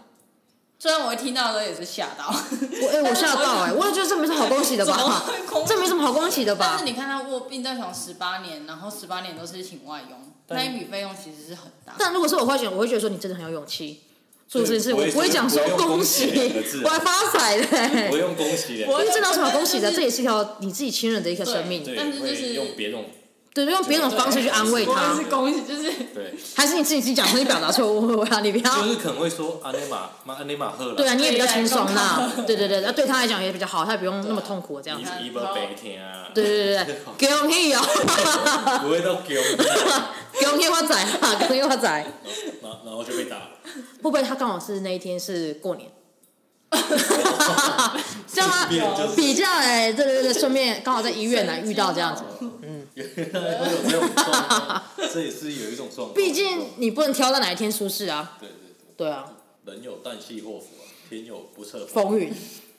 B: 虽然我会听到的时候也是吓到，
A: 我 哎、我吓到哎、我也觉得这没什么好恭喜的
B: 怎么
A: 吧
B: 会，恭喜
A: 这没什么好恭喜的
B: 但
A: 吧
B: 是。你看他卧病在床十八年，然后十八年都是请外佣，
C: 但
B: 那一笔费用其实是很大。
A: 但如果是我会选，我会觉得说你真的很有勇气做这件事，
C: 对
A: 我
C: 我也
A: 不会讲说
C: 我也用
A: 恭
C: 恭
A: 喜
C: 喜两个字，
A: 我还发财嘞、
C: 不用恭喜人，
B: 我
A: 因为这哪有什么好恭喜的？
B: 但是
A: 这也是一条你自己亲人的一个生命，
C: 对，
B: 但是就
C: 会
B: 是
C: 用别种
A: 对，用别种方式去安慰
B: 我也
A: 他
B: 是，恭喜，就是
C: 对，
A: 还是你自己自己讲，所以表达错误啊，你不要。
C: 就是可能会说啊阿内玛妈阿内玛赫
A: 对啊，
C: 了，
A: 你也比较轻松
B: 对
A: 啦
B: 对，对
A: 对对对，那对他来讲也比较好，他也不用那么痛苦这样子。
C: 一一波白天啊，
A: 对对对对，给我屁哦，
C: 不会到给我们，
A: 给我屁花仔啊，给我屁花仔。
C: 然后然后就被打 了，
A: 会不会他刚好是那一天是过年？这样吗
C: 顺便就？是
A: 比较哎、对对对，顺便刚好在医院来遇到这样子。
C: 原来会有这种状况，这也是有一种状况，
A: 毕竟你不能挑到哪一天舒适啊。
C: 对对
A: 对啊，
C: 对，人有旦夕祸福啊，天有不测风，
A: 风云，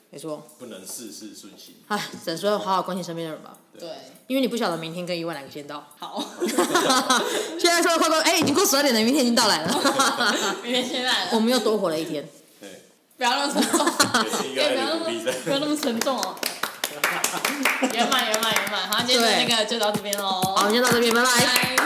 A: 没错。
C: 不能事事顺心，
A: 哎，只能说好好关心身边的人吧，
B: 对，
A: 因为你不晓得明天跟意外哪个先到。
B: 好，
A: 现在说的快快，哎、已经过十二点了，明天已经到来了，
B: 明天先来
A: 我
B: 了，
A: 们又多活了一天。
C: 对，
B: 不要那么沉重，
C: 也是一
B: 对，
C: 个爱
B: 不要
C: 的
B: 那
C: 鼓励
B: 么
C: 在。
B: 不要那么沉重 哦。圆满圆满圆满，好，今天的那个就到这边喽。
A: 好，我们先到这边，拜拜。
B: 拜。